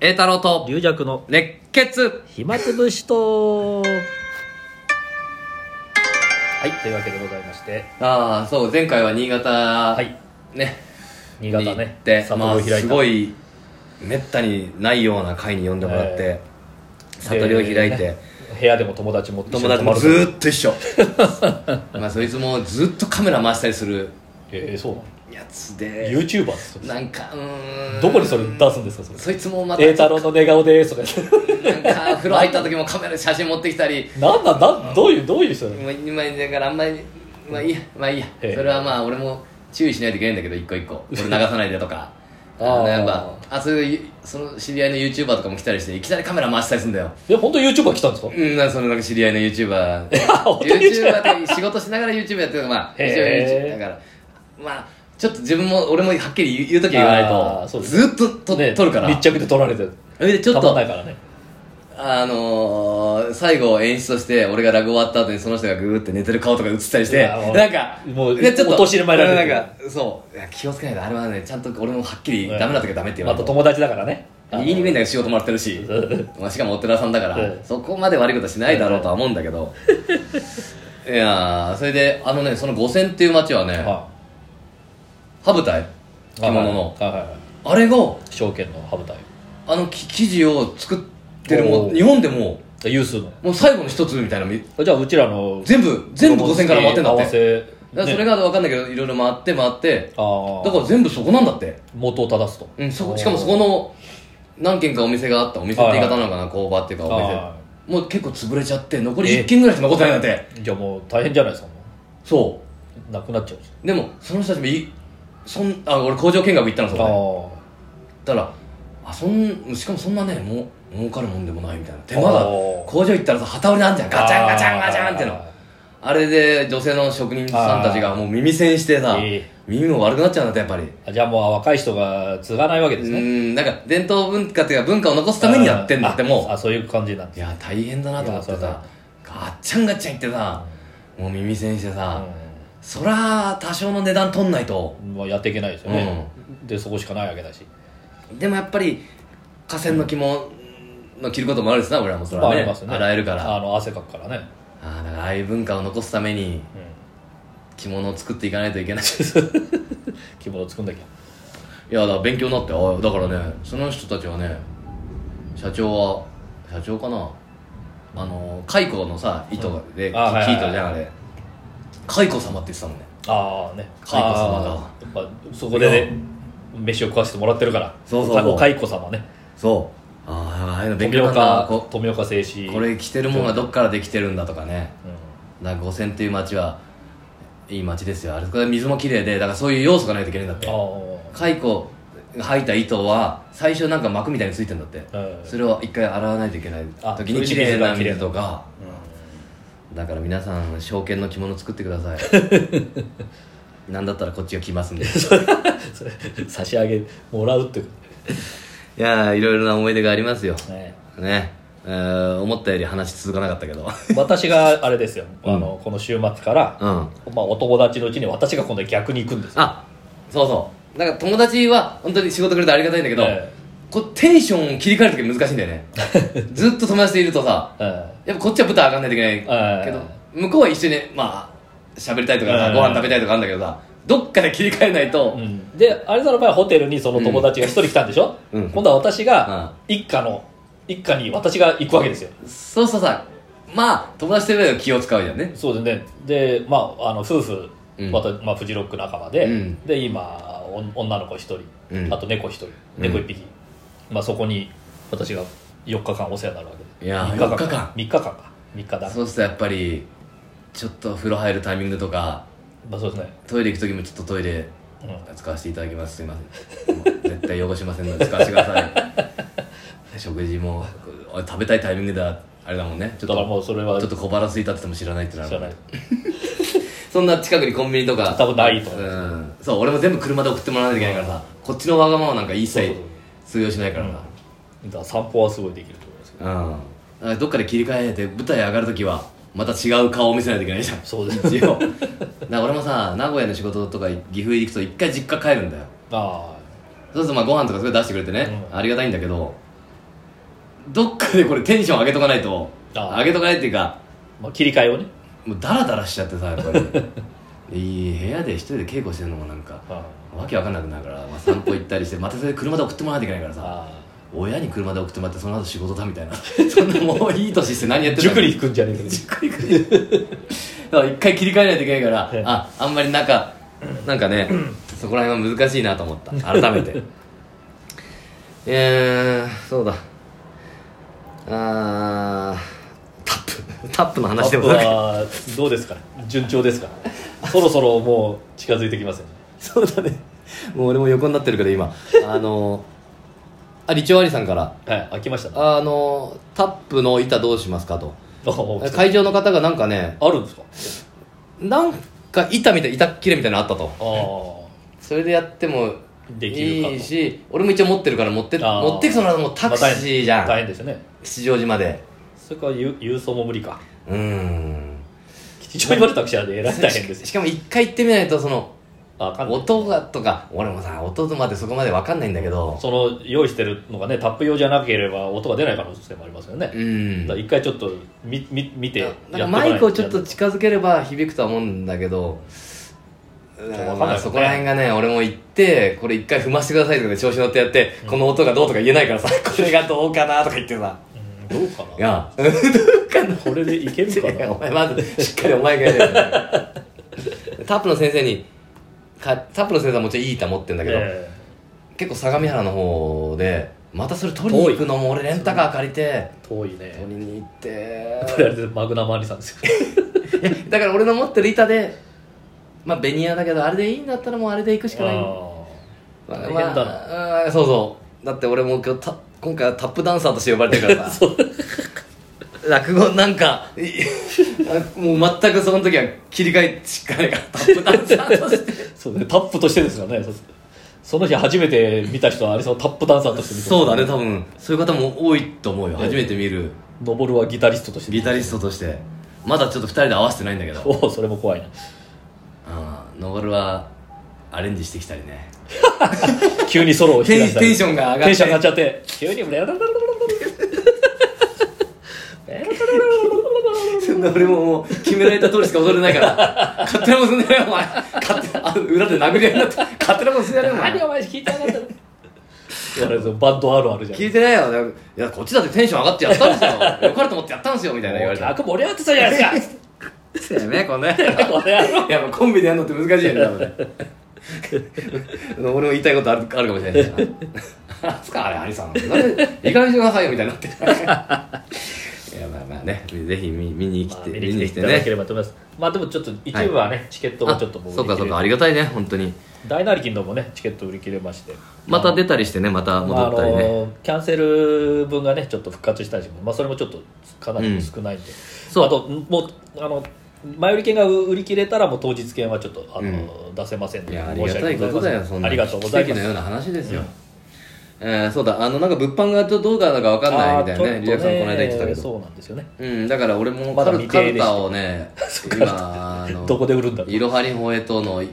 栄太郎と龍弱の熱血暇つぶしとはいというわけでございましてああそう前回は新潟、はいね新潟に行ねって里まあを開いた、すごいめったにないような会に呼んでもらって、え悟りを開いて、で部屋でも友達も友達もずーっと一緒 まあそいつもずっとカメラ回したりするえー、そうなのやつで YouTuber ですよなんかうーんどこにそれ出すんですかそれそいつもまた栄太郎の寝 顔ですとかなんか風呂入った時もカメラで写真持ってきたり なんなんだどういうどういう人なのまあ今だからあんまりまあいいやまあいいやそええれはまあ俺も注意しないといけないんだけど一個一個俺流さないでとか あーあのやっぱあそういうその知り合いの YouTuber とかも来たりしていきなりカメラ回したりするんだよえ本当 YouTuber 来たんですかうんなそのなんか知り合いの YouTuber 本当に YouTuber って仕事しながら YouTuber やってるの まあ一応へ YouTube ーだからまあちょっと自分も俺もはっきり言う言う時は言わあなーいそとうですずっととね撮るから密着で撮られてるそれでちょったまんとないからねあのー、最後演出として俺が落語終わった後にその人がグーって寝てる顔とか映ったりしいてやもうなんかもうねちょっと陥れまえられてるなんかそういや気をつけないとあれはねちゃんと俺もはっきりダメな時はダメって言わまれたて、友達だからね言いにくいんだけど仕事もらってるしうんまあしかもお寺さんだから、うんそこまで悪いことしないだろうとは思うんだけ ど、いやーそれであのねその五泉っていう町はね、は羽舞台い着物のはいはいはいあれが証券の羽舞台あのき生地を作ってるもおうー日本でも有数のもう最後の一つみたいなみじゃあうちらの全部全部5000から回ってんだってだ合わせ、からそれねが分かんないけどいろいろ回って回ってあだだかから全部そこなんだって、元を正すと、うん、そこしかもそこの何軒かお店があったお店って言い方なのかな工場っていうかおは店もう結構潰れちゃって残りえ1軒ぐらいしか残ってないんだってじゃあもう大変じゃないですかもそうなくなっちゃうしうでもその人たちもいそんあ俺工場見学行ったのそあこでたらあそんしかもそんなねもう儲かるもんでもないみたいな手間がおー工場行ったらさ旗折りなんじゃんガチャンガチャンガチャンってのあれで女性の職人さんたちがもう耳栓してさええ耳も悪くなっちゃうんだってやっぱりあじゃあもう若い人が継がないわけですうねんなんか伝統文化っていうか文化を残すためにやってんだってあもあそういう感じなんういですや大変だなと思っていやそうさガッチャンガッチャン言ってさもう耳栓してさ、そら多少の値段取んないとうんまあ、やっていけないですよね、でそこしかないわけだし、でもやっぱり河川の着物の着ることもあるしな俺らもそれまあ、はあね,、りますよね洗えるからああの汗かくからね、あだからああいう文化を残すためにうん、着物を作っていかないとい けない着物作んなきゃいやだから勉強になってあだからねその人たちはね社長は社長かなあの蚕のさ糸がで、うんあはいはい生糸じゃんあれ蚕様って言ってたもんねああね蚕様だあーやっぱそこでね飯を食わせてもらってるからそうそうそうお蚕様ねそうああああいうの勉富強にな岡ったこ富岡製紙これ着てるものがどっからできてるんだとかねうだから五泉っていう町はいい町ですよあれそこで水も綺麗でだからそういう要素がないといけないんだってん、あ蚕が吐いた糸は最初なんか膜みたいについてんだって、うんそれを一回洗わないといけないあ時に綺麗なそういう水が水とかだから皆さん証券の着物作ってください なんだったらこっちが着ますんで いあ差し上げもらうってこやーいろいろな思い出がありますよとねね、えー思ったより話続かなかったけど私があれですよ、あのこの週末から、うんまあ、お友達のうちに私が今度逆に行くんですよあそうそうなんか友達は本当に仕事くれてありがたいんだけど、えこうテンション切り替える時難しいんだ よねずっと友達といるとさえやっぱこっちは舞台上がんないといけないけど、向こうは一緒にまあ喋りたいとかさ、うんご飯食べたいとかあるんだけどさどっかで切り替えないと、えうん、であれさの場合はホテルにその友達が一人来たんでしょ、うんうん今度は私が一家の一家に私が行くわけですよそうそうさまあ友達といるけど気を使うじゃんねそうですねでまああの夫婦、うんまた、まあ、フジロック仲間で、うんで今お女の子一人、うんあと猫一人猫一匹、まあ、そこに私が4日間お世話になるわけでいやー4 3日間3日間か3日だ、そうするとやっぱりちょっと風呂入るタイミングとかまあ、そうですね、トイレ行く時もちょっとトイレうん、使わせていただきますすいませんもう絶対汚しませんので使わせてください 食事も食べたいタイミングではあれだもんねちょっだからもとうそれはちょっと小腹空いたって言っても知らないってな知らるないそんな近くにコンビニとか多分ないとう思うんそう俺も全部車で送ってもらわないといけないからさこっちのわがままなんか一そうそう切通用しないからさだから散歩はすごいできると思いますけうんだからどっかで切り替えて舞台上がるときはまた違う顔を見せないといけないじゃんそうです一応だから俺もさ名古屋の仕事とか岐阜行くと一回実家帰るんだよどあそうするとまあご飯とかすごい出してくれてね、うありがたいんだけどどっかでこれテンション上げとかないとあ上げとかないっていうかまあ、切り替えをねもうダラダラしちゃってさやっぱり いい部屋で一人で稽古してるのもなんかあわけわかんなくなるから、まあ、散歩行ったりしてまたそれ車で送ってもらわなきゃいけないからさあ親に車で送ってもらってその後仕事だみたいな そんなもういい年して何やってんだ塾に行くんじゃねえか塾に行くだから一回切り替えないといけないからええああんまりなんかなんかねそこら辺は難しいなと思った改めて えー、そうだあータップ タップの話でもなくあとはどうですか順調ですかそろそろもう近づいてきますよね そうだねもう俺も横になってるから今あのあリチョウアリさんからはい開きましたねあのタップの板どうしますかとあもう来た会場の方がなんかねあるんですかなんか板みたい板っ切れみたいなのあったとああそれでやってもできるかといいし俺も一応持ってるから持ってあー持ってくそのもうタクシーじゃん、まあ大変大変ですよね吉祥寺までそれから郵郵送も無理かうーん吉祥寺までタクシーでえらい大変ですしよしかも一回行ってみないとそのあかんない音がとか俺もさ音までそこまで分かんないんだけどその用意してるのがねタップ用じゃなければ音が出ない可能性もありますよね、うだんから一回ちょっとみみ見てやっとかなんなかいマイクをちょっと近づければ響くとは思うんだけどわかんないよねまあそこら辺がね俺も行ってこれ一回踏ませてくださいとかで調子乗ってやって、この音がどうとか言えないからさ これがどうかなとか言ってさうんどうかいなや どうかなこれでいける かいやなお前まずしっかりお前がやれよタップの先生にかタップの先生はもちろんいい板持ってんだけど、え結構相模原の方でまたそれ取りに行くのも俺レンタカー借りてえ遠い取ねりに行ってやっぱりあれでマグナマーリさんですよいや だから俺の持ってる板でまあベニヤだけどあれでいいんだったらもうあれで行くしかないあまあ大変だなまあうんそうそうだって俺も今日た今回はタップダンサーとして呼ばれてる からさ落語なんかい もう全くその時は切り替えしかないからタップダンサーとしてーそうねタップとしてですよねそその日初めて見た人はあれ そのタップダンサーとして見てそうだね多分そういう方も多いと思うよええ初めて見る登るはギタリストとしてギタリスストとしてまだちょっと2人で合わせてないんだけどおおそれも怖いなうんノールはアレンジしてきたりね急にソロを弾き出したテりンテンションが上がってテンション上がっちゃって急にブレララララララそんな 俺ももう決められた通りしか踊れない から勝手なもんすんなよお前勝手あ裏で殴り合いになって勝手なもんすんなよお前何お前聞いてなかったのいやあれですよバンドあるあるじゃん聞いてないよいやこっちだってテンション上がってやったんですよよかれと思ってやったんですよみたいな言われたら客盛り上がってたじゃないですかそうやねこんなやこれや ろいやもうコンビでやるのって難しいよね多分ねあ の俺も言いたいことあるあるかもしれないしなあつかあれアリさんなんでいい加減にしてくださいよみたいになっていやまあまあねぜひ見見に来て、見見にに来来てていただけねればと思いますまあでもちょっと一部はねチケットもあちょっともうそうかそうかあ売り切れりがたいね本当に大なり金のもねチケット売り切れましてまた出たりしてねまたまああ戻ったりね、のキャンセル分がねちょっと復活したりしてまあそれもちょっとかなり少ないんでそうあともうあの前売り券が売り切れたらもう当日券はちょっとあうの出せませんのいでやあり申がした訳いごこざとだよいまそせんんなありがとうござい奇ま跡のすような話ですよ、えーそうだあのなんか物販がどどうかだか分かんないみたいなねあーリちょラっクさとんこの間言ってたけどそうなんですよねうんだから俺もまカだル,、未カ定ルでしたタをね今あの どこで売るんだろういろはにほえとの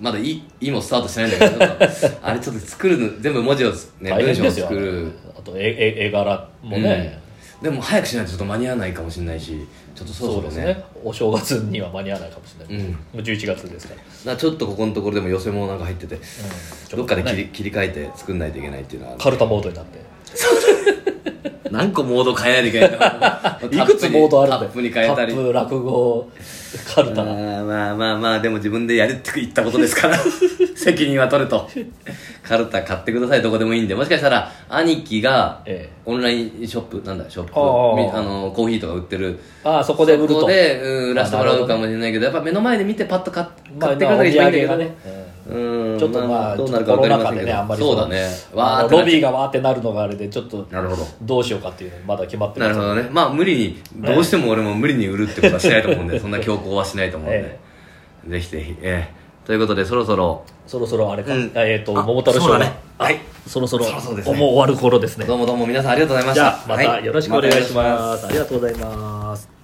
まだい「い」もスタートしてないんだけど なんかあれちょっと作るの全部文字をね大文変章をですよ作るあと絵絵絵柄もね、うんでも早くしないとちょっと間に合わないかもしれないしちょっとそろそそうろですねねお正月には間に合わないかもしれない、うんもう11月ですから、うんなちょっとここのところでも寄せもなんか入っててちょどっかで切りね切り替えて作んないといけないっていうのはカルタモードになって何個モード変えないといけないかいくつモードあるんだタよップに変えたりタップ落語カルタまあまあまあまあでも自分でやるって言ったことですから責任は取るとカルタ買ってくださいどこでもいいんでもしかしたら兄貴がええオンラインショップなんだショップああみあのコーヒーとか売ってるああそこで売るそとこでうん売らせてもらうかもしれないけどやっぱ目の前で見てパッと買っまあ買ってくまあるだけお土一番いいんだけど産がね、ううんんちょっとまあどうなるか分かりませんコロナ禍けでど、ねあんまりそうだねそのあわーってなっちのロゃうビーがわーってなるのがあれでちょっとなるほどどうしようかっていうのまだ決まってなるほどねまあ無理にどうしても俺も無理に売るってことはしないと思うんでそんな強行はしないと思うんでえ、ぜひぜひええということでそろそろそろそろあれか、うんえっ、とあ桃太郎賞そうがだねはいそろそろそろそろですねもう終わる頃ですねどうもどうも皆さんありがとうございましじたゃあまたはいよろしくお願いしたよろます、ありがとうございます